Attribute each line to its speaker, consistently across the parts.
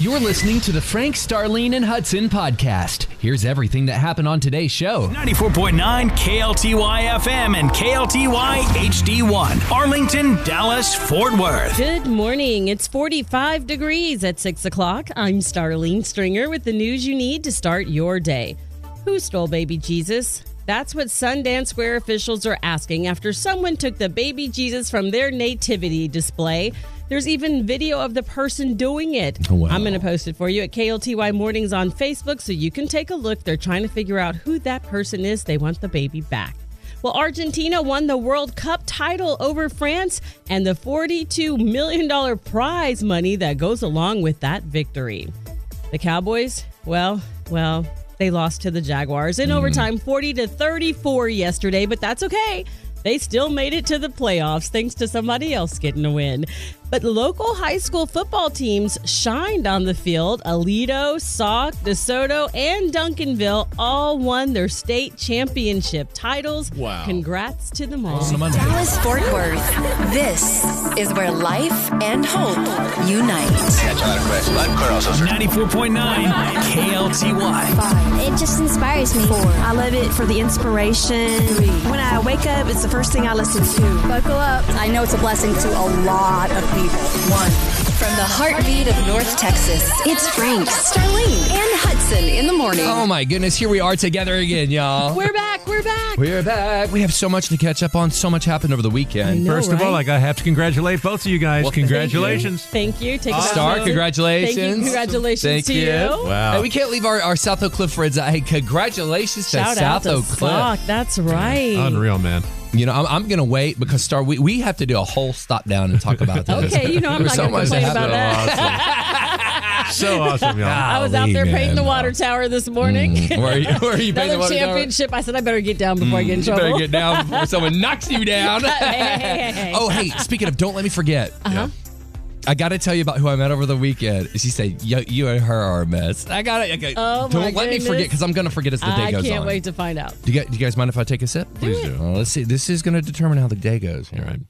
Speaker 1: You're listening to the Frank, Starlene, and Hudson podcast. Here's everything that happened on today's show.
Speaker 2: 94.9 KLTY FM and KLTY HD1. Arlington, Dallas, Fort Worth.
Speaker 3: Good morning. It's 45 degrees at 6 o'clock. I'm Starlene Stringer with the news you need to start your day. Who stole baby Jesus? That's what Sundance Square officials are asking after someone took the baby Jesus from their nativity display. There's even video of the person doing it.
Speaker 1: Wow.
Speaker 3: I'm going to post it for you at KLTY Mornings on Facebook so you can take a look. They're trying to figure out who that person is. They want the baby back. Well, Argentina won the World Cup title over France and the $42 million prize money that goes along with that victory. The Cowboys, well, well, they lost to the Jaguars in overtime 40 to 34 yesterday, but that's okay. They still made it to the playoffs thanks to somebody else getting a win. But local high school football teams shined on the field. Alito, Sauk, DeSoto, and Duncanville all won their state championship titles.
Speaker 4: Wow.
Speaker 3: Congrats to them all.
Speaker 5: Dallas Fort Worth. This is where life and hope unite.
Speaker 2: 94.9 KLTY.
Speaker 6: It just inspires me. I love it for the inspiration. When I wake up, it's the first thing I listen to.
Speaker 5: Buckle up. I know it's a blessing to a lot of people. One. From the heartbeat of North Texas, it's Frank, Starlene, and Hudson in the morning.
Speaker 1: Oh my goodness, here we are together again, y'all.
Speaker 3: We're back. We're back.
Speaker 1: We're back. We have so much to catch up on. So much happened over the weekend.
Speaker 3: know,
Speaker 7: First of all,
Speaker 3: right?
Speaker 7: I gotta have to congratulate both of you guys.
Speaker 1: Well, thank
Speaker 7: Congratulations.
Speaker 3: Thank you. Take a
Speaker 1: Star,
Speaker 3: moment.
Speaker 1: congratulations.
Speaker 3: Thank you. Congratulations
Speaker 1: Thank
Speaker 3: to
Speaker 1: you.
Speaker 3: you.
Speaker 7: Wow.
Speaker 1: And we can't leave our, our South Oak Cliff friends out. Hey, congratulations
Speaker 3: Shout
Speaker 1: to
Speaker 3: out
Speaker 1: South
Speaker 3: to
Speaker 1: Oak
Speaker 3: Sock.
Speaker 1: Cliff.
Speaker 3: That's right.
Speaker 7: Unreal, man.
Speaker 1: You know, I'm, I'm going to wait because, Star, we, we have to do a whole stop down and talk about this.
Speaker 3: Okay, you know I'm
Speaker 1: There's so Ah,
Speaker 3: not going
Speaker 1: much
Speaker 3: to complain about
Speaker 1: happened.
Speaker 3: that.
Speaker 7: So awesome, y'all.
Speaker 3: I was out
Speaker 1: Golly,
Speaker 3: there painting the
Speaker 1: man. Mm-hmm.
Speaker 3: water tower this morning.
Speaker 1: Where are you, where are you paying the
Speaker 3: Another
Speaker 1: water tower? Mm-hmm.
Speaker 3: championship. I said I better get down before I get in
Speaker 1: You
Speaker 3: trouble.
Speaker 1: better get down before someone knocks you down.
Speaker 3: hey, hey, hey, hey.
Speaker 1: Oh, hey, speaking of, don't let me forget.
Speaker 3: Uh-huh.
Speaker 7: Yeah.
Speaker 1: I got to tell you about who I met over the weekend. She said, Yo, you and her are a mess. I got it. Okay.
Speaker 3: Oh, my
Speaker 1: don't let me
Speaker 3: goodness.
Speaker 1: forget because I'm going to forget as the day
Speaker 3: I
Speaker 1: goes
Speaker 3: can't
Speaker 1: on.
Speaker 3: wait to find out.
Speaker 1: do, you guys, do you guys mind if I take a sip?
Speaker 7: Please do.
Speaker 1: Well, let's see. This is going to determine how the day goes. All right.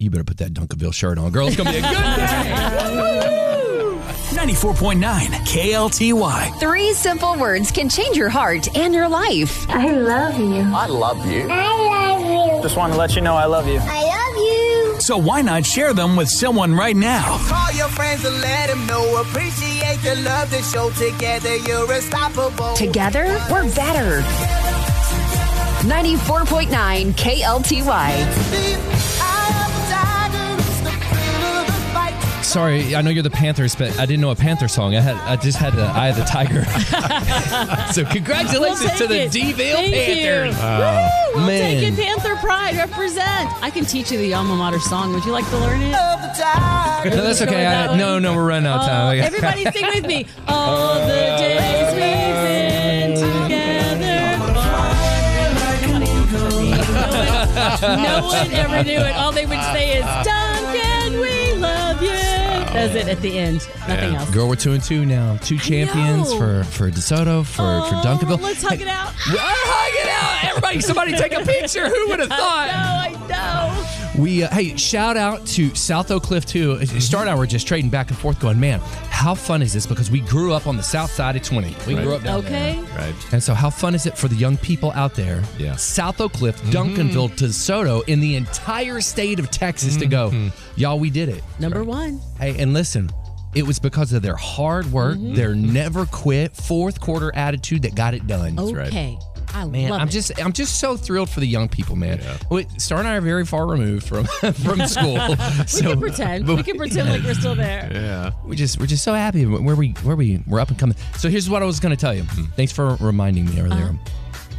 Speaker 1: You better put that Dunkerville shirt on, girl. It's going to be a good day.
Speaker 2: 94.9 KLTY.
Speaker 5: Three simple words can change your heart and your life.
Speaker 8: I love you. I love you. I love you.
Speaker 9: Just want to let you know I love you.
Speaker 8: I love you.
Speaker 2: So why not share them with someone right now?
Speaker 10: Call your friends and let them know. Appreciate the love to show together. You're unstoppable.
Speaker 5: Together, we're better. 94.9 KLTY.
Speaker 1: Sorry, I know you're the Panthers, but I didn't know a Panther song. I had, I just had the Eye of the Tiger. so congratulations
Speaker 3: We'll
Speaker 1: to the
Speaker 3: take it.
Speaker 1: D-ville
Speaker 3: Thank
Speaker 1: Panthers.
Speaker 3: You. Woo! We'll
Speaker 1: Man.
Speaker 3: take it, Panther Pride. Represent. I can teach you the alma mater song. Would you like to learn it?
Speaker 1: No, that's
Speaker 3: Go
Speaker 1: okay.
Speaker 3: with that
Speaker 1: I,
Speaker 3: one.
Speaker 1: no, no, we're running out of
Speaker 3: Oh,
Speaker 1: time.
Speaker 3: everybody sing with me. All the days we've been together. no one ever knew it. All they would say is, Duncan, we love you. That's it at the end. Nothing else.
Speaker 1: Girl, we're two and two now. Two champions for
Speaker 3: know.
Speaker 1: for DeSoto for for
Speaker 3: Oh,
Speaker 1: Duncanville.
Speaker 3: Let's hug it out.
Speaker 1: Hey, hug it out, everybody! Somebody take a picture. Who would have thought?
Speaker 3: Oh, I know, I
Speaker 1: We uh, hey, shout out to South Oak Cliff too. Star and I were just trading back and forth, going, man, how fun is this? Because we grew up on the south side of twenty. We grew up
Speaker 3: know.
Speaker 1: down there.
Speaker 3: Okay.
Speaker 7: Right.
Speaker 1: And so, how fun is it for the young people out there?
Speaker 7: Yeah.
Speaker 1: South Oak Cliff, Duncanville, DeSoto, in the entire state of Texas to go, y'all, we did it.
Speaker 3: Number one.
Speaker 1: Hey, and listen, it was because of their hard work, their never quit, fourth quarter attitude that got it done.
Speaker 7: right.
Speaker 3: Okay. I
Speaker 1: Man,
Speaker 3: love
Speaker 1: I'm
Speaker 3: it.
Speaker 1: just I'm just so thrilled for the young people, man. Wait, Star and I are very far removed from from school,
Speaker 3: We
Speaker 1: so
Speaker 3: can pretend. We can pretend like we're still there.
Speaker 7: Yeah.
Speaker 1: we just we're just so happy where we where we we're up and coming. So here's what I was going to tell you. Thanks for reminding me earlier.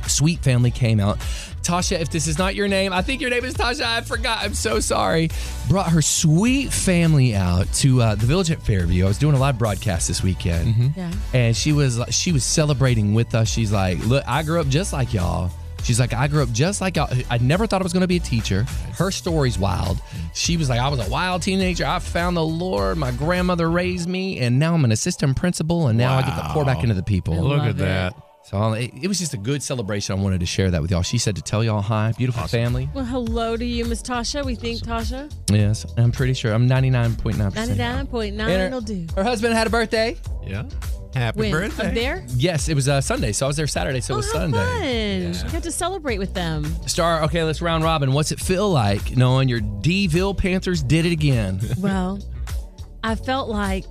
Speaker 1: Sweet family came out. Tasha, if this is not your name, I think your name is Tasha. I forgot. I'm so sorry. Brought her sweet family out to uh, the village at Fairview. I was doing a live broadcast this weekend,
Speaker 3: Yeah.
Speaker 1: and she was she was celebrating with us. She's like, "Look, I grew up just like y'all." She's like, "I grew up just like y'all." I never thought I was going to be a teacher. Her story's wild. She was like, "I was a wild teenager. I found the Lord. My grandmother raised me, and now I'm an assistant principal, and now I get to pour back into the people."
Speaker 7: Look
Speaker 3: Love
Speaker 7: at that.
Speaker 1: So all- it, it was just a good celebration. I wanted to share that with y'all. She said to tell y'all hi, beautiful family.
Speaker 3: Well, hello to you, Miss Tasha. We think Tasha.
Speaker 1: Yes, I'm pretty sure. I'm 99.9%.
Speaker 3: 99.9
Speaker 1: And
Speaker 3: will do.
Speaker 1: Her husband had a birthday.
Speaker 7: Yeah. Happy
Speaker 3: When? Up
Speaker 7: birthday.
Speaker 3: there?
Speaker 1: Yes, it was uh, Sunday, so I was there Saturday, so it
Speaker 3: Oh,
Speaker 1: was
Speaker 3: how
Speaker 1: Sunday.
Speaker 3: fun. You got to celebrate with them.
Speaker 1: Star, okay, let's round robin. What's it feel like knowing your Deville Panthers did it again?
Speaker 3: Well, I felt like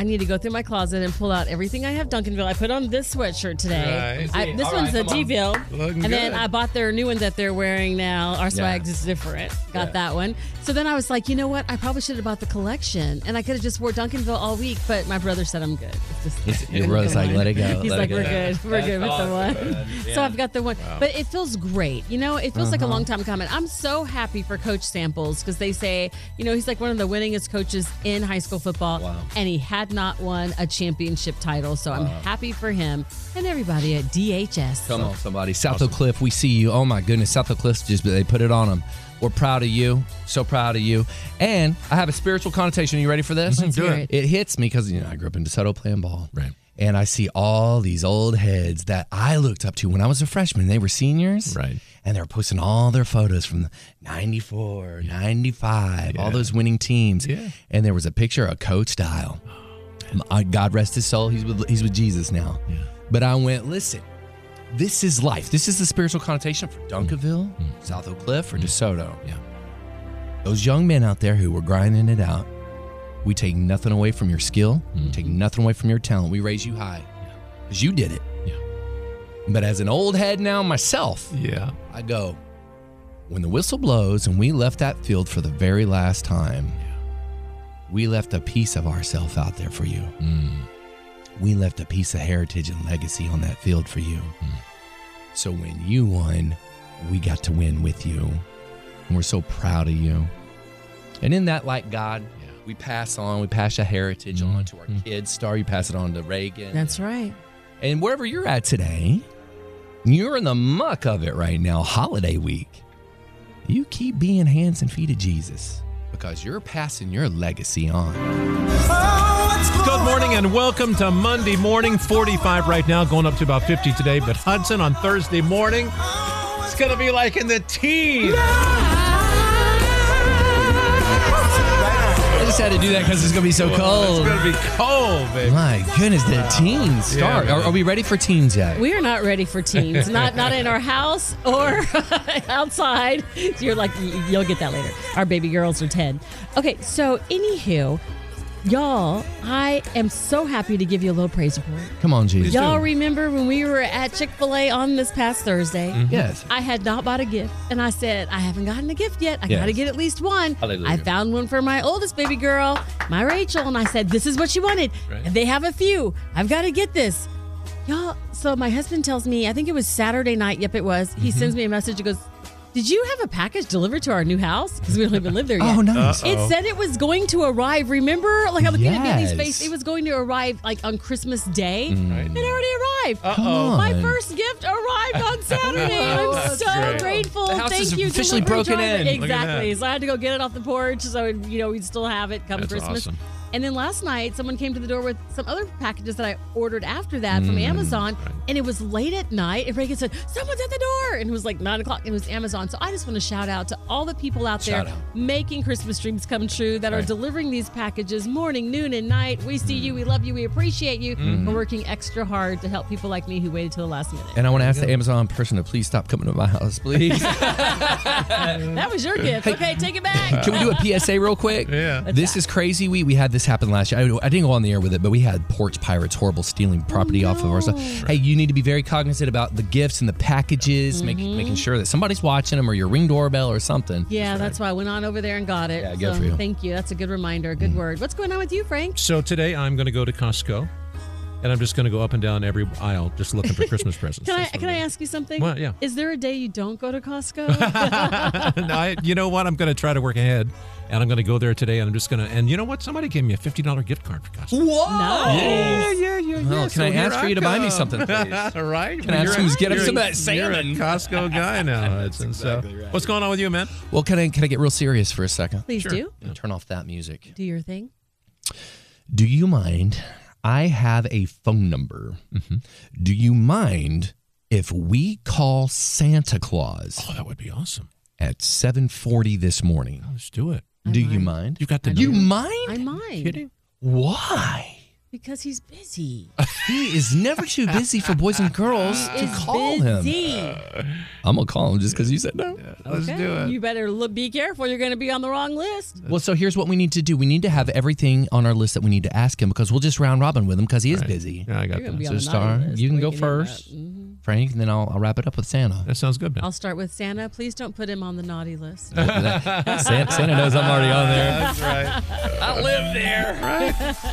Speaker 3: I need to go through my closet and pull out everything I have Duncanville. I put on this sweatshirt today.
Speaker 7: Nice.
Speaker 3: I, this
Speaker 1: All
Speaker 3: one's
Speaker 1: right,
Speaker 3: a
Speaker 1: come on.
Speaker 3: Deville.
Speaker 7: Looking
Speaker 3: and then
Speaker 7: good.
Speaker 3: I bought their new one that they're wearing now. Our swag
Speaker 1: Yeah.
Speaker 3: is different. Got that one. So then I was like, you know what? I probably should have bought the collection. And I could have just wore Duncanville all week, but my brother said I'm good. It's just- it's
Speaker 1: Your
Speaker 3: the
Speaker 1: brother's like,
Speaker 3: one.
Speaker 1: "Let it go,
Speaker 3: He's
Speaker 1: let it
Speaker 3: like,
Speaker 1: go."
Speaker 3: we're good. We're good with the one. So I've got the one. But it feels great. You know, it feels like a long time coming. I'm so happy for Coach Samples because they say, you know, he's like one of the winningest coaches in high school football.
Speaker 1: Wow.
Speaker 3: And he had not won a championship title. So I'm happy for him and everybody at DHS.
Speaker 1: Come on, somebody. South Oak Cliff, we see you. Oh my goodness, South Oak Cliff just they put it on them. We're proud of you. So proud of you. And I have a spiritual connotation. Are you ready for this?
Speaker 3: Do hear it.
Speaker 1: It hits me because you know I grew up in DeSoto playing ball.
Speaker 7: Right.
Speaker 1: And I see all these old heads that I looked up to when I was a freshman. They were seniors.
Speaker 7: Right.
Speaker 1: And they were posting all their photos from the 94, 95, all those winning teams.
Speaker 7: Yeah. Oh,
Speaker 1: And there was a picture of Coach Dial. Uh, God rest his soul. He's with he's with Jesus now. But I went, listen, this is life. This is the spiritual connotation for Dunkerville, South Oak Cliff, or DeSoto.
Speaker 7: Mm-hmm. Yeah.
Speaker 1: Those young men out there who were grinding it out, we take nothing away from your skill. We take nothing away from your talent. We raise you high. Because you did it.
Speaker 7: Mm-hmm. Yeah.
Speaker 1: But as an old head now myself,
Speaker 7: Yeah.
Speaker 1: I go, when the whistle blows and we left that field for the very last time, we left a piece of ourself out there for you. We left a piece of heritage and legacy on that field for you. So when you won, we got to win with you. And we're so proud of you. And in that, like God, we pass on, we pass a heritage on to our kids. Star, you pass it on to Reagan.
Speaker 3: That's right.
Speaker 1: And wherever you're at today, you're in the muck of it right now, holiday week. You keep being hands and feet of Jesus because you're passing your legacy on.
Speaker 10: Oh,
Speaker 7: Good morning and welcome to Monday morning. 45 right now, going up to about 50 today. But Hudson on Thursday morning, it's going to be like in the teens.
Speaker 1: I just had to do that because it's going to be so
Speaker 7: It's
Speaker 1: cold.
Speaker 7: going to be cold, baby.
Speaker 1: My goodness, the teens start.
Speaker 7: Yeah.
Speaker 1: Are, are we ready for teens yet?
Speaker 3: We are not ready for teens. not not in our house or outside. You're like y- you'll get that later. Our baby girls are ten. Okay, so anywho, y'all, I am so happy to give you a little praise report.
Speaker 1: Come on, Jesus.
Speaker 3: Y'all remember when we were at Chick Fil A on this past Thursday?
Speaker 1: Yes.
Speaker 3: I had not bought a gift, and I said I haven't gotten a gift yet. I
Speaker 1: Yes.
Speaker 3: got to get at least one.
Speaker 1: Hallelujah.
Speaker 3: I found one for my oldest baby girl, my Rachel, and I said this is what she wanted. And they have a few. I've got to get this. Y'all, so my husband tells me, I think it was Saturday night. Yep, it was. He
Speaker 1: Mm-hmm.
Speaker 3: sends me a message. He goes, Did you have a package delivered to our new house? Because we don't even live there yet.
Speaker 1: Oh, nice.
Speaker 3: It said it was going to arrive. Remember, like I'm looking at
Speaker 1: Yes.
Speaker 3: Bailey's
Speaker 1: Mm.
Speaker 3: face. It was going to arrive like on Christmas Day. It already arrived.
Speaker 1: Come on.
Speaker 3: My first gift arrived on Saturday. I'm so
Speaker 7: great.
Speaker 3: grateful.
Speaker 1: The house
Speaker 3: Thank
Speaker 1: is
Speaker 3: you.
Speaker 1: officially
Speaker 3: delivery
Speaker 1: broken
Speaker 3: driver.
Speaker 1: in. Look at
Speaker 3: Exactly.
Speaker 7: that.
Speaker 3: So I had to go get it off the porch. So you know we'd still have it come
Speaker 7: That's
Speaker 3: Christmas.
Speaker 7: awesome.
Speaker 3: And then last night, someone came to the door with some other packages that I ordered after that from
Speaker 1: Mm.
Speaker 3: Amazon. And it was late at night. And Reagan said, Someone's at the door. And it was like nine o'clock. And it was Amazon. So I just want to shout out to all the people out
Speaker 1: Shout
Speaker 3: there
Speaker 1: out.
Speaker 3: making Christmas dreams come true that are
Speaker 1: Right.
Speaker 3: delivering these packages morning, noon, and night. We see you. We love you. We appreciate you.
Speaker 1: Mm-hmm.
Speaker 3: We're working extra hard to help people like me who waited till the last minute.
Speaker 1: And I want to ask the Amazon person to please stop coming to my house, please.
Speaker 3: That was your gift. Okay, take it back.
Speaker 1: Can we do a PSA real quick?
Speaker 7: Yeah. What's
Speaker 1: This is crazy. We we had this happen last year. I, I didn't go on the air with it, but we had porch pirates horrible stealing property off of our stuff.
Speaker 7: Oh.
Speaker 1: Hey, you need to be very cognizant about the gifts and the packages, make,
Speaker 7: Mm-hmm.
Speaker 1: making sure that somebody's watching them or your ring doorbell or something.
Speaker 3: Yeah, that's why I went on over there and got it.
Speaker 1: Yeah, good
Speaker 3: So,
Speaker 1: for you. Mm-hmm.
Speaker 3: Thank you. That's a good reminder. Good word. What's going on with you, Frank?
Speaker 7: So today I'm going to go to Costco, and I'm just going to go up and down every aisle just looking for Christmas presents.
Speaker 3: Can I
Speaker 7: That's what
Speaker 3: can
Speaker 7: I'm
Speaker 3: I
Speaker 7: gonna
Speaker 3: ask you something?
Speaker 7: What? Yeah.
Speaker 3: Is there a day you don't go to Costco?
Speaker 7: no, I, you know what? I'm going to try to work ahead, and I'm going to go there today, and I'm just going to. And you know what? Somebody gave me a fifty dollar gift card for Costco.
Speaker 1: Whoa!
Speaker 3: Nice.
Speaker 7: yeah, yeah. yeah.
Speaker 1: Well, Oh, can I ask for you to buy me something, please?
Speaker 7: All right.
Speaker 1: Can I have some- get him some of that salmon?
Speaker 7: You're a Costco guy now. That's exactly right. What's going on with you, man?
Speaker 1: Well, can I can I get real serious for a second?
Speaker 3: Please do.
Speaker 1: Turn off that music.
Speaker 3: Do your thing.
Speaker 1: Do you mind? I have a phone number. Mm-hmm. Do you mind if we call Santa Claus
Speaker 7: Oh, that would be awesome.
Speaker 1: at 7:40 this morning?
Speaker 7: Let's do it.
Speaker 1: Do you mind?
Speaker 7: You got the
Speaker 1: You
Speaker 7: number.
Speaker 1: mind?
Speaker 3: I mind
Speaker 7: kidding?
Speaker 1: Why?
Speaker 3: because he's busy.
Speaker 1: He is never too busy for boys and girls to
Speaker 3: He's
Speaker 1: call him. Uh,
Speaker 3: busy.
Speaker 1: I'm gonna call him just because you said no.
Speaker 7: Let's do it.
Speaker 3: You better look, be careful. You're going to be on the wrong list.
Speaker 1: Well, so here's what we need to do. We need to have everything on our list that we need to ask him because we'll just round robin with him because he is busy.
Speaker 7: Yeah, I
Speaker 3: You're
Speaker 7: got
Speaker 3: going
Speaker 7: that.
Speaker 3: to be
Speaker 1: So
Speaker 3: on the
Speaker 1: Star,
Speaker 3: naughty list.
Speaker 1: you can
Speaker 3: What
Speaker 1: go
Speaker 3: do Mm-hmm. know about-
Speaker 1: first, Frank, and then I'll, I'll wrap it up with Santa.
Speaker 7: That sounds good, man.
Speaker 3: I'll start with Santa. Please don't put him on the naughty list.
Speaker 1: Santa, Santa knows I'm already on there.
Speaker 7: That's right.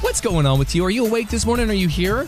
Speaker 1: What's going on with you? Are you awake this morning? Are you here?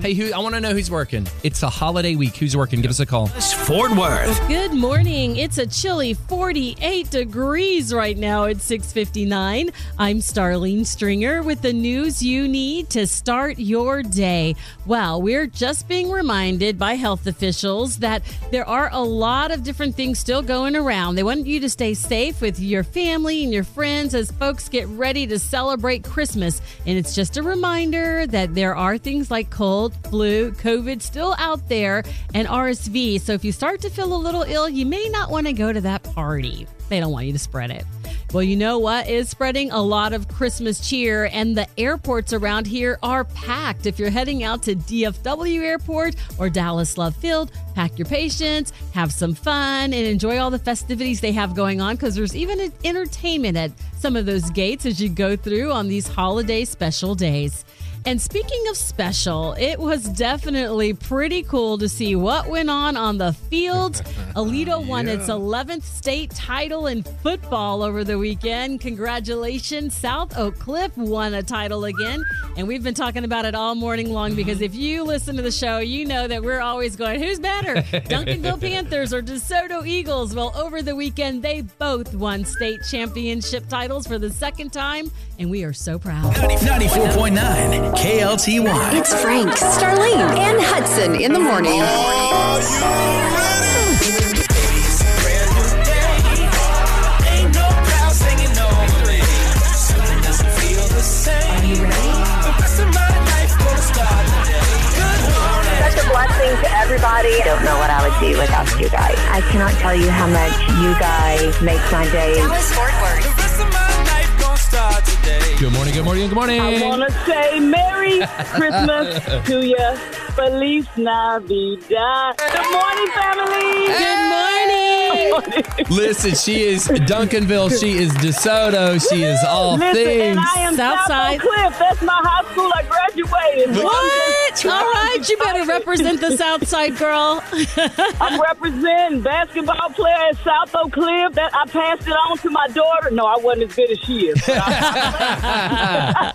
Speaker 1: Hey, who? I want to know who's working. It's a holiday week. Who's working? Give us a call.
Speaker 2: Dallas Fort Worth.
Speaker 3: Good morning. It's a chilly 48 degrees right now at 6:59. I'm Starlene Stringer with the news you need to start your day. Well, we're just being reminded by health officials that there are a lot of different things still going around. They want you to stay safe with your family and your friends as folks get ready to celebrate Christmas. And it's just a reminder that there are things like cold, flu, COVID still out there, and RSV. So if you start to feel a little ill, you may not want to go to that party. They don't want you to spread it. Well, you know what is spreading a lot of Christmas cheer, and the airports around here are packed. If you're heading out to DFW Airport or Dallas Love Field, pack your patience, have some fun, and enjoy all the festivities they have going on because there's even an entertainment at some of those gates as you go through on these holiday special days. And speaking of special, it was definitely pretty cool to see what went on on the field. Alito won its 11th state title in football over the weekend. Congratulations. South Oak Cliff won a title again. And we've been talking about it all morning long because if you listen to the show, you know that we're always going, who's better, Duncanville Panthers or DeSoto Eagles? Well, over the weekend, they both won state championship titles for the second time. And we are so proud.
Speaker 2: 94.9 KLTY.
Speaker 5: It's Frank, Starlene, and Hudson in the morning.
Speaker 4: such a blessing to everybody. I don't know what I would do without you guys. I cannot tell you how much you guys make my day.
Speaker 5: Dallas Fort Worth.
Speaker 1: Good morning. Good morning. Good
Speaker 9: I
Speaker 1: morning.
Speaker 9: want to say Merry Christmas to you. Feliz Navidad. Good morning, family.
Speaker 3: Good morning.
Speaker 1: Listen, she is Duncanville. She is DeSoto. She is all
Speaker 9: Listen,
Speaker 1: things.
Speaker 9: and I am
Speaker 3: Southside.
Speaker 9: Southside Cliff. That's my high school. I graduated.
Speaker 3: What? All right, you better represent the South Side, girl.
Speaker 9: I'm representing basketball player at South Oak Cliff. That I passed it on to my daughter. No, I wasn't as good as she is. but I-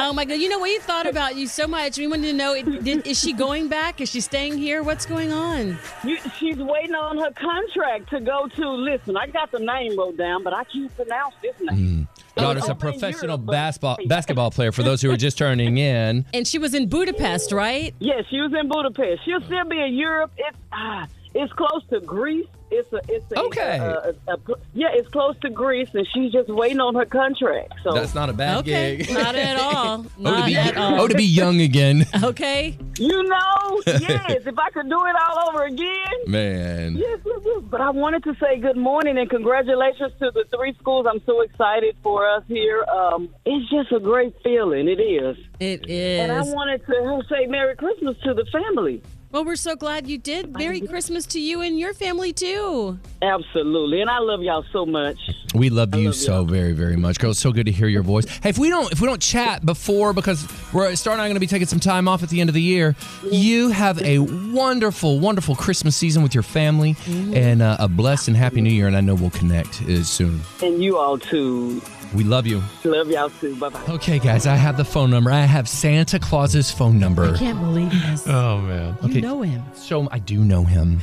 Speaker 3: Oh my God! You know we thought about you so much. We wanted to know: it- did, is she going back? Is she staying here? What's going on?
Speaker 9: you, she's waiting on her contract to go to. Listen, I got the name wrote down, but I can't pronounce this name.
Speaker 1: Your daughter's a
Speaker 9: Over in
Speaker 1: professional
Speaker 9: Europe, but-
Speaker 1: basketball basketball player. For those who are just turning in,
Speaker 3: And she was in Budapest, right?
Speaker 9: Yes, she was in Budapest. She'll still be in Europe. It's ah, it's close to Greece. It's a it's a,
Speaker 1: Okay.
Speaker 9: a- a- a- yeah, it's close to Greece, and she's just waiting on her contract. So
Speaker 1: that's not a bad
Speaker 3: Okay,
Speaker 1: gig.
Speaker 3: not at all.
Speaker 1: Oh to,
Speaker 3: Not
Speaker 1: be,
Speaker 3: at all.
Speaker 1: oh, to be young again,
Speaker 3: Okay,
Speaker 9: you know, yes, if I could do it all over again.
Speaker 1: man.
Speaker 9: Yes, yes, yes. But I wanted to say good morning and congratulations to the three schools. I'm so excited for us here. Um, it's just a great feeling. It is.
Speaker 3: it
Speaker 9: And I
Speaker 3: is.
Speaker 9: wanted to uh, say Merry Christmas to the family.
Speaker 3: Well, we're so glad you did. Merry Christmas to you and your family too.
Speaker 9: Absolutely. And I love y'all so much.
Speaker 1: We love you
Speaker 9: love
Speaker 1: so very, very much, girl. It's so good to hear your voice. Hey, if we don't if we don't chat before because we're Star and I are going to be taking some time off at the end of the year, you have a wonderful, wonderful Christmas season with your family, and uh, a blessed and happy New Year. And I know we'll connect uh, soon.
Speaker 9: And you all too.
Speaker 1: We love you.
Speaker 9: Love y'all too. Bye bye.
Speaker 1: Okay, guys, I have the phone number. I have Santa Claus's phone number.
Speaker 3: Can't believe this.
Speaker 9: Uh,
Speaker 7: Oh man.
Speaker 3: You know him.
Speaker 1: So I do know him.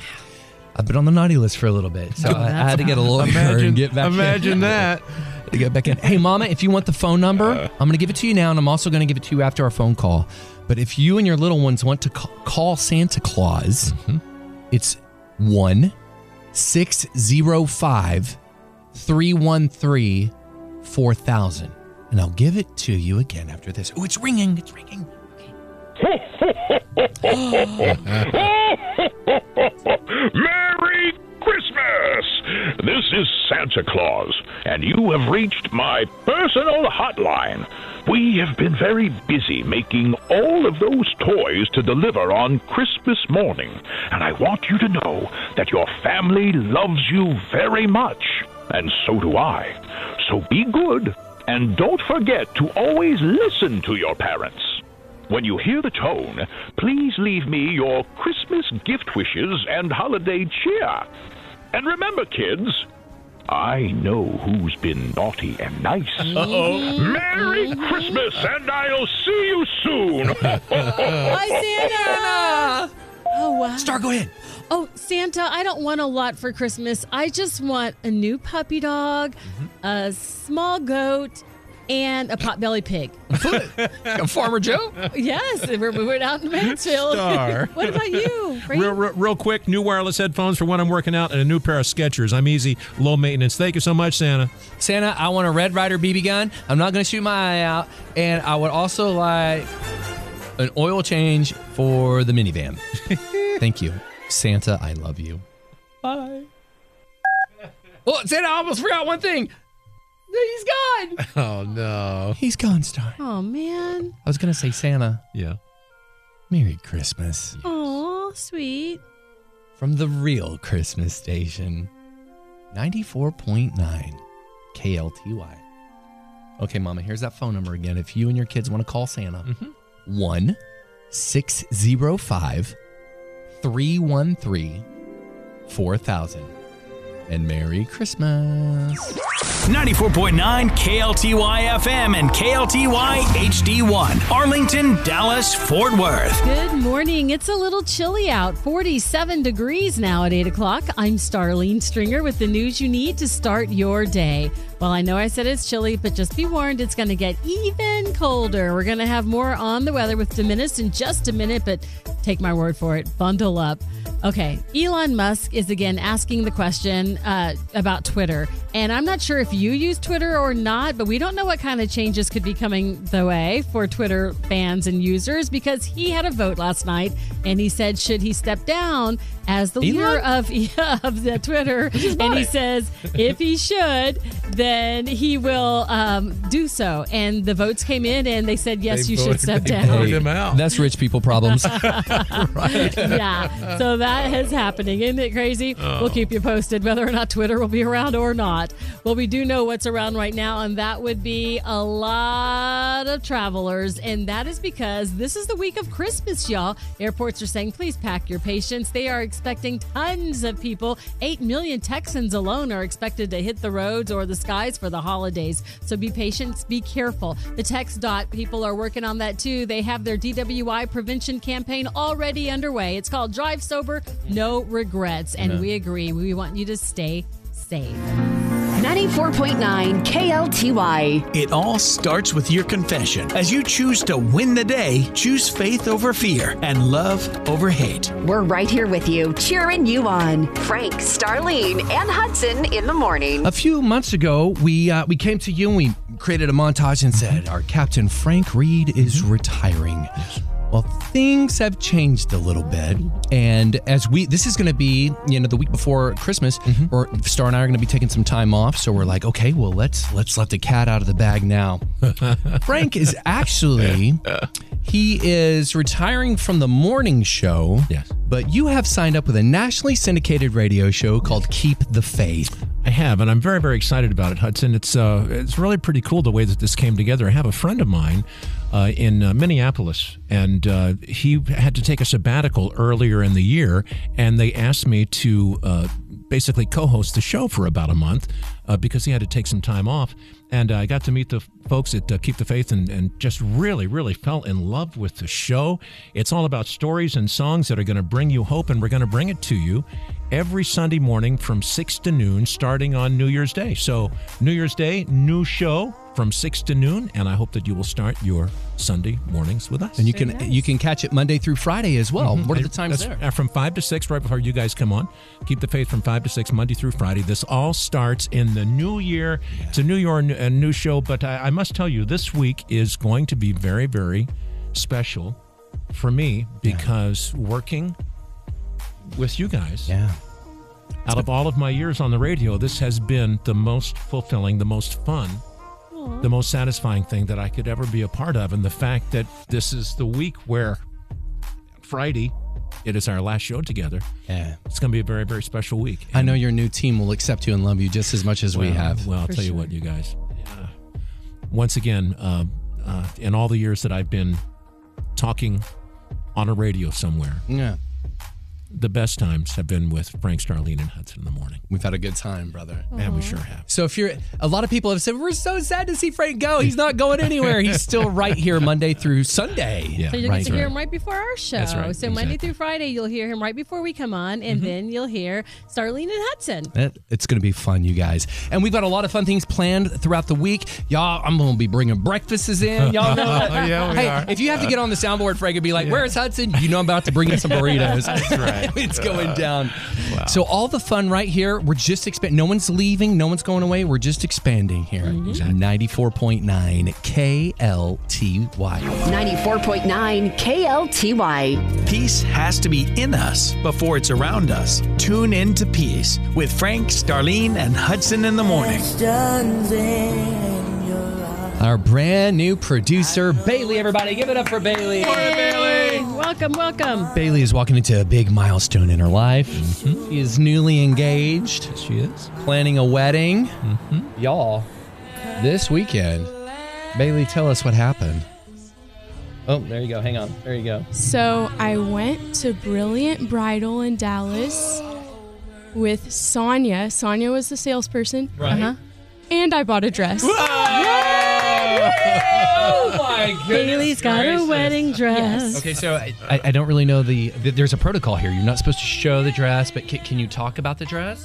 Speaker 1: I've been on the naughty list for a little bit, so I, I had to get a lawyer and get back. in.
Speaker 7: imagine that. Uh.
Speaker 1: to get back in. Hey, Mama, if you want the phone number, I'm going to give it to you now, and I'm also going to give it to you after our phone call. But if you and your little ones want to ca- call Santa Claus,
Speaker 7: Mm-hmm.
Speaker 1: it's 1 605 313 4000. and I'll give it to you again after this. Oh, it's ringing. It's ringing.
Speaker 11: Merry Christmas! This is Santa Claus, and you have reached my personal hotline. We have been very busy making all of those toys to deliver on Christmas morning, and I want you to know that your family loves you very much, and so do I. So be good, and don't forget to always listen to your parents. When you hear the tone, please leave me your Christmas gift wishes and holiday cheer. And remember, kids, I know who's been naughty and nice.
Speaker 12: Uh-oh.
Speaker 11: Merry Christmas, and I'll see you soon.
Speaker 3: Hi, Santa. Oh wow.
Speaker 1: Star, go ahead.
Speaker 3: Oh, Santa, I don't want a lot for Christmas. I just want a new puppy dog,
Speaker 1: Mm-hmm.
Speaker 3: a small goat, and a potbelly pig.
Speaker 1: Farmer Joe?
Speaker 3: yes, we're, we're out in Mansfield.
Speaker 7: Star.
Speaker 3: what about you? Brady?
Speaker 7: Real, real, real quick, new wireless headphones for when I'm working out and a new pair of Skechers. I'm easy, low maintenance. Thank you so much, Santa.
Speaker 1: Santa, I want a Red Rider BB gun. I'm not going to shoot my eye out. And I would also like an oil change for the minivan. Thank you. Santa, I love you.
Speaker 12: Bye.
Speaker 1: Oh, Santa, I almost forgot one thing. He's gone.
Speaker 7: Oh, no.
Speaker 1: He's gone, Star.
Speaker 3: Oh man.
Speaker 1: I was going to say, Santa.
Speaker 7: Yeah.
Speaker 1: Merry Christmas
Speaker 3: Oh, sweet.
Speaker 1: from the real Christmas station 94.9 KLTY. Okay, Mama, here's that phone number again. If you and your kids want to call Santa, 1 605 313 4000. And Merry Christmas.
Speaker 2: 94.9 KLTY FM and KLTY HD1. Arlington, Dallas, Fort Worth.
Speaker 3: Good morning. It's a little chilly out, 47 degrees now at 8 o'clock. I'm Starlene Stringer with the news you need to start your day. Well, I know I said it's chilly, but just be warned, it's going to get even colder. We're going to have more on the weather with Diminis in just a minute, but take my word for it, bundle up. Okay, Elon Musk is again asking the question uh, about Twitter. And I'm not sure if you use Twitter or not, but we don't know what kind of changes could be coming the way for Twitter fans and users because he had a vote last night and he said, should he step down as the leader of, of the Twitter? And he says, if he should, then he will um, do so. And the votes came in and they said, yes,
Speaker 1: They
Speaker 3: you
Speaker 1: voted-
Speaker 3: should step
Speaker 1: they
Speaker 3: down.
Speaker 1: voted him out. That's rich people problems.
Speaker 3: yeah. So that is happening. Isn't it crazy?
Speaker 1: Oh.
Speaker 3: We'll keep you posted whether or not Twitter will be around or not. Well, we do know what's around right now, and that would be a lot of travelers. And that is because this is the week of Christmas, y'all. Airports are saying, please pack your patience. They are expecting tons of people. 8 million Texans alone are expected to hit the roads or the skies for the holidays. So be patient, be careful. The text dot people are working on that too. They have their DWI prevention campaign already underway. It's called Drive Sober, No Regrets. And
Speaker 5: Yeah.
Speaker 3: we agree. We want you to stay safe.
Speaker 5: 94.9 KLTY.
Speaker 2: It all starts with your confession. As you choose to win the day, choose faith over fear and love over hate.
Speaker 5: We're right here with you, cheering you on. Frank, Starlene, and Hudson in the morning.
Speaker 1: A few months ago, we uh, we came to you and we created a montage and said our captain Frank Reed is retiring. Well, things have changed a little bit, and as we this is going to be you know the week before Christmas, or Star and I are going to be taking some time off, so we're like, okay, well let's let's let the cat out of the bag now. Frank is actually he is retiring from the morning show. Yes. But you have signed up with a nationally syndicated radio show called Keep the Faith.
Speaker 7: I have, and I'm very, very excited about it, Hudson. It's uh, it's really pretty cool the way that this came together. I have a friend of mine uh, in uh, Minneapolis, and uh, he had to take a sabbatical earlier in the year, and they asked me to uh, basically co-host the show for about a month uh, because he had to take some time off. And I got to meet the folks at uh, Keep the Faith and, and just really, really fell in love with the show. It's all about stories and songs that are going to bring you hope, and we're going to bring it to you every Sunday morning from 6 to noon, starting on New Year's Day. So, New Year's Day, new show from 6 to noon, and I hope that you will start your Sunday mornings with us.
Speaker 1: And you can you can catch it Monday through Friday as well.
Speaker 7: Mhm.
Speaker 1: What are the
Speaker 7: And
Speaker 1: times
Speaker 7: that's,
Speaker 1: there?
Speaker 7: uh, From 5 to 6, right before you guys come on. Keep the faith from 5 to 6, Monday through Friday. This all starts in the new year. It's a new year and a new show, but I, I must tell you, this week is going to be very, very special for me because working with you guys.
Speaker 1: Yeah.
Speaker 7: Out of all of my years on the radio, this has been the most fulfilling, the most fun, the most satisfying thing that I could ever be a part of. And the fact that this is the week where Friday, it is our last show together.
Speaker 1: Yeah.
Speaker 7: It's going to be a very, very special week.
Speaker 1: I know your new team will accept you and love you just as much as we
Speaker 7: Well,
Speaker 1: have.
Speaker 7: Well, I'll tell you what, you guys. uh, once again, uh, uh, in all the years that I've been talking on a radio somewhere,
Speaker 1: Yeah.
Speaker 7: the best times have been with Frank Starlene and Hudson in the morning.
Speaker 1: We've had a good time, brother.
Speaker 7: Man, we sure have.
Speaker 1: So if you're, a lot of people have said we're so sad to see Frank go. He's not going anywhere. He's still right here Monday through Sunday.
Speaker 7: Yeah,
Speaker 12: So you'll get to hear him right before our show.
Speaker 1: That's right,
Speaker 12: So Monday
Speaker 1: exactly.
Speaker 12: through Friday, you'll hear him right before we come on, and then you'll hear Starlene and Hudson.
Speaker 1: It- Eh, it's going to be fun, you guys. And we've got a lot of fun things planned throughout the week. Y'all, I'm going to be bringing breakfasts in. Y'all know that.
Speaker 7: Yeah, we
Speaker 1: hey,
Speaker 7: are.
Speaker 1: if you have to get on the soundboard, Frank, and be like, where's Hudson? You know I'm about to bring in some burritos.
Speaker 7: That's right.
Speaker 1: it's going down. So all the fun right here, we're just expanding. No one's leaving. No one's going away. We're just expanding here.
Speaker 7: Mm-hmm.
Speaker 1: 94.9 KLTY.
Speaker 5: 94.9 KLTY.
Speaker 2: Peace has to be in us before it's around us. Tune in to Peace with Frank, Starlene, and Hudson in the morning.
Speaker 1: Our brand new producer, Bailey, everybody. Give it up for Bailey.
Speaker 12: Welcome, welcome. Mm-hmm.
Speaker 1: Bailey is walking into a big milestone in her life. She is newly engaged.
Speaker 7: she is.
Speaker 1: Planning a wedding. Y'all, this weekend, Bailey, tell us what happened. Oh, there you go. Hang on. There you go.
Speaker 13: So I went to Brilliant Bridal in Dallas with Sonia. Sonia was the salesperson. Uh-huh.
Speaker 1: Right.
Speaker 13: And I bought a dress.
Speaker 1: Oh my
Speaker 12: Bailey's got a wedding dress.
Speaker 1: Okay, so I, I, I don't really know the, th- There's a protocol here. You're not supposed to show the dress, but ca- can you talk about the dress?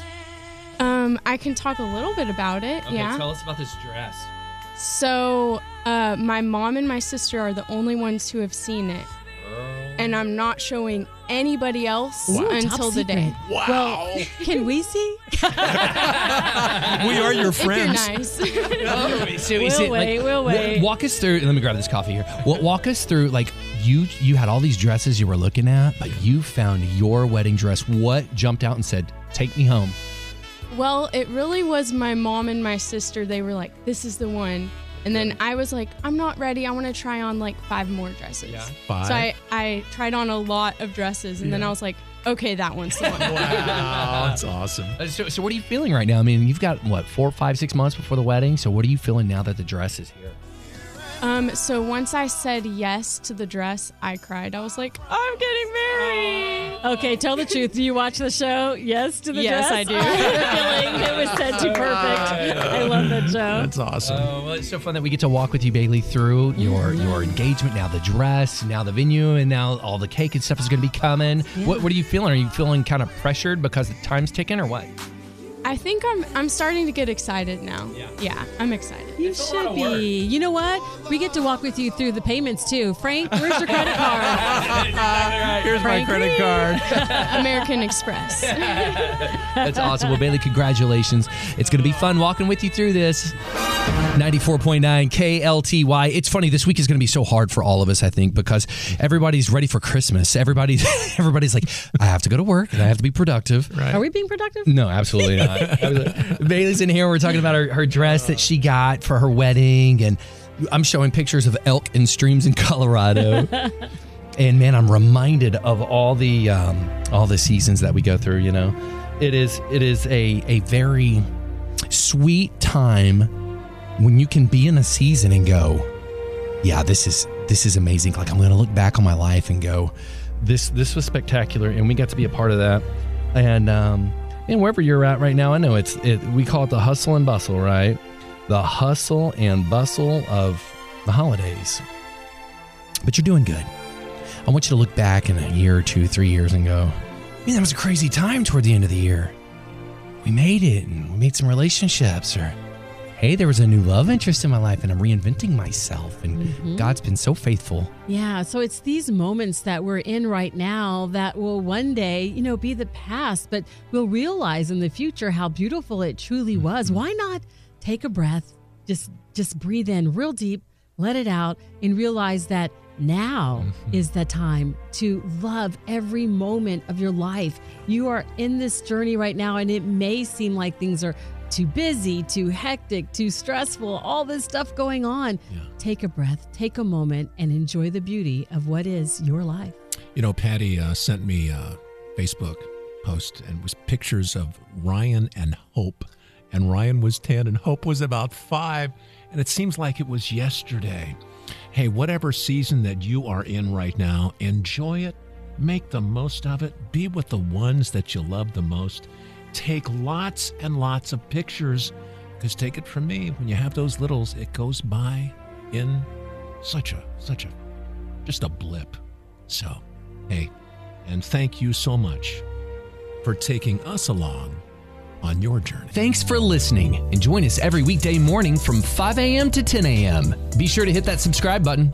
Speaker 13: Um, I can talk a little bit about it.
Speaker 1: Okay,
Speaker 13: yeah.
Speaker 1: tell us about this dress.
Speaker 13: So uh, my mom and my sister are the only ones who have seen it. And I'm not showing anybody else
Speaker 12: Ooh, top
Speaker 13: until the
Speaker 12: secret.
Speaker 13: day.
Speaker 12: Wow. Well, can we see?
Speaker 7: We are your friends.
Speaker 13: If you're nice.
Speaker 1: So
Speaker 12: we'll
Speaker 1: is it,
Speaker 12: wait,
Speaker 1: like,
Speaker 12: we'll
Speaker 1: wa-
Speaker 12: wait.
Speaker 1: Walk us through. Let me grab this coffee here. Wa- Walk us through. Like you, you had all these dresses you were looking at, but you found your wedding dress. What jumped out and said, "Take me home"?
Speaker 13: Well, it really was my mom and my sister. They were like, this is the one. And then I was like, I'm not ready. I want to try on like five more dresses.
Speaker 7: Yeah. Five.
Speaker 13: So I, I tried on a lot of dresses and then
Speaker 1: Yeah.
Speaker 13: I was like, okay, that one's the one.
Speaker 7: Wow, that's awesome.
Speaker 1: Uh, So, so what are you feeling right now? I mean, you've got what four, five, six months before the wedding. So, what are you feeling now that the dress is here?
Speaker 13: Um, so once I said yes to the dress, I cried. I was like, I'm getting married.
Speaker 12: Oh. Okay, tell the truth. Do you watch the show? Yes to the
Speaker 13: Yes,
Speaker 12: dress.
Speaker 13: I do.
Speaker 12: I had a feeling it was said to perfect. I love that show.
Speaker 7: That's awesome.
Speaker 1: Oh, well, it's so fun that we get to walk with you, Bailey, through your your engagement. Now the dress, now the venue, and now all the cake and stuff is going to be coming. What What are you feeling? Are you feeling kind of pressured because the time's ticking, or what?
Speaker 13: I think I'm I'm starting to get excited now. Yeah. Yeah, I'm excited.
Speaker 12: You should be. You know what? We get to walk with you through the payments too. Frank, where's your credit card?
Speaker 7: Here's my credit card.
Speaker 13: American Express.
Speaker 1: That's awesome. Well, Bailey, congratulations. It's going to be fun walking with you through this. 94.9 KLTY. It's funny, this week is going to be so hard for all of us, I think, because everybody's ready for Christmas. Everybody's everybody's like, I have to go to work and I have to be productive.
Speaker 12: Are we being productive?
Speaker 1: No, absolutely not. Bailey's in here. We're talking about her, her dress that she got for her wedding, and I'm showing pictures of elk in streams in Colorado. and man, I'm reminded of all the um, all the seasons that we go through. You know, it is it is a a very sweet time when you can be in a season and go, yeah, this is this is amazing. Like I'm going to look back on my life and go, this this was spectacular, and we got to be a part of that. And um, and wherever you're at right now, I know it's it. We call it the hustle and bustle, right? The hustle and bustle of the holidays. But you're doing good. I want you to look back in a year or two, three years, and go, man, that was a crazy time toward the end of the year. We made it, and we made some relationships, or hey, there was a new love interest in my life and I'm reinventing myself. And
Speaker 3: Mhm.
Speaker 1: God's been so faithful.
Speaker 3: Yeah, so it's these moments that we're in right now that will one day, you know, be the past, but we'll realize in the future how beautiful it truly was. Why not take a breath, just just breathe in real deep, let it out and realize that now is the time to love every moment of your life. You are in this journey right now and it may seem like things are too busy, too hectic, too stressful, all this stuff going on. Take a breath, take a moment, and enjoy the beauty of what is your life.
Speaker 7: You know, Patty uh, sent me a Facebook post and was pictures of Ryan and Hope. And Ryan was 10 and Hope was about five. And it seems like it was yesterday. Hey, whatever season that you are in right now, enjoy it, make the most of it, be with the ones that you love the most. Take lots and lots of pictures because take it from me, when you have those littles, it goes by in such a, such a, just a blip. So, hey, and thank you so much for taking us along on your journey.
Speaker 1: Thanks for listening and join us every weekday morning from 5 a.m. to 10 a.m. Be sure to hit that subscribe button.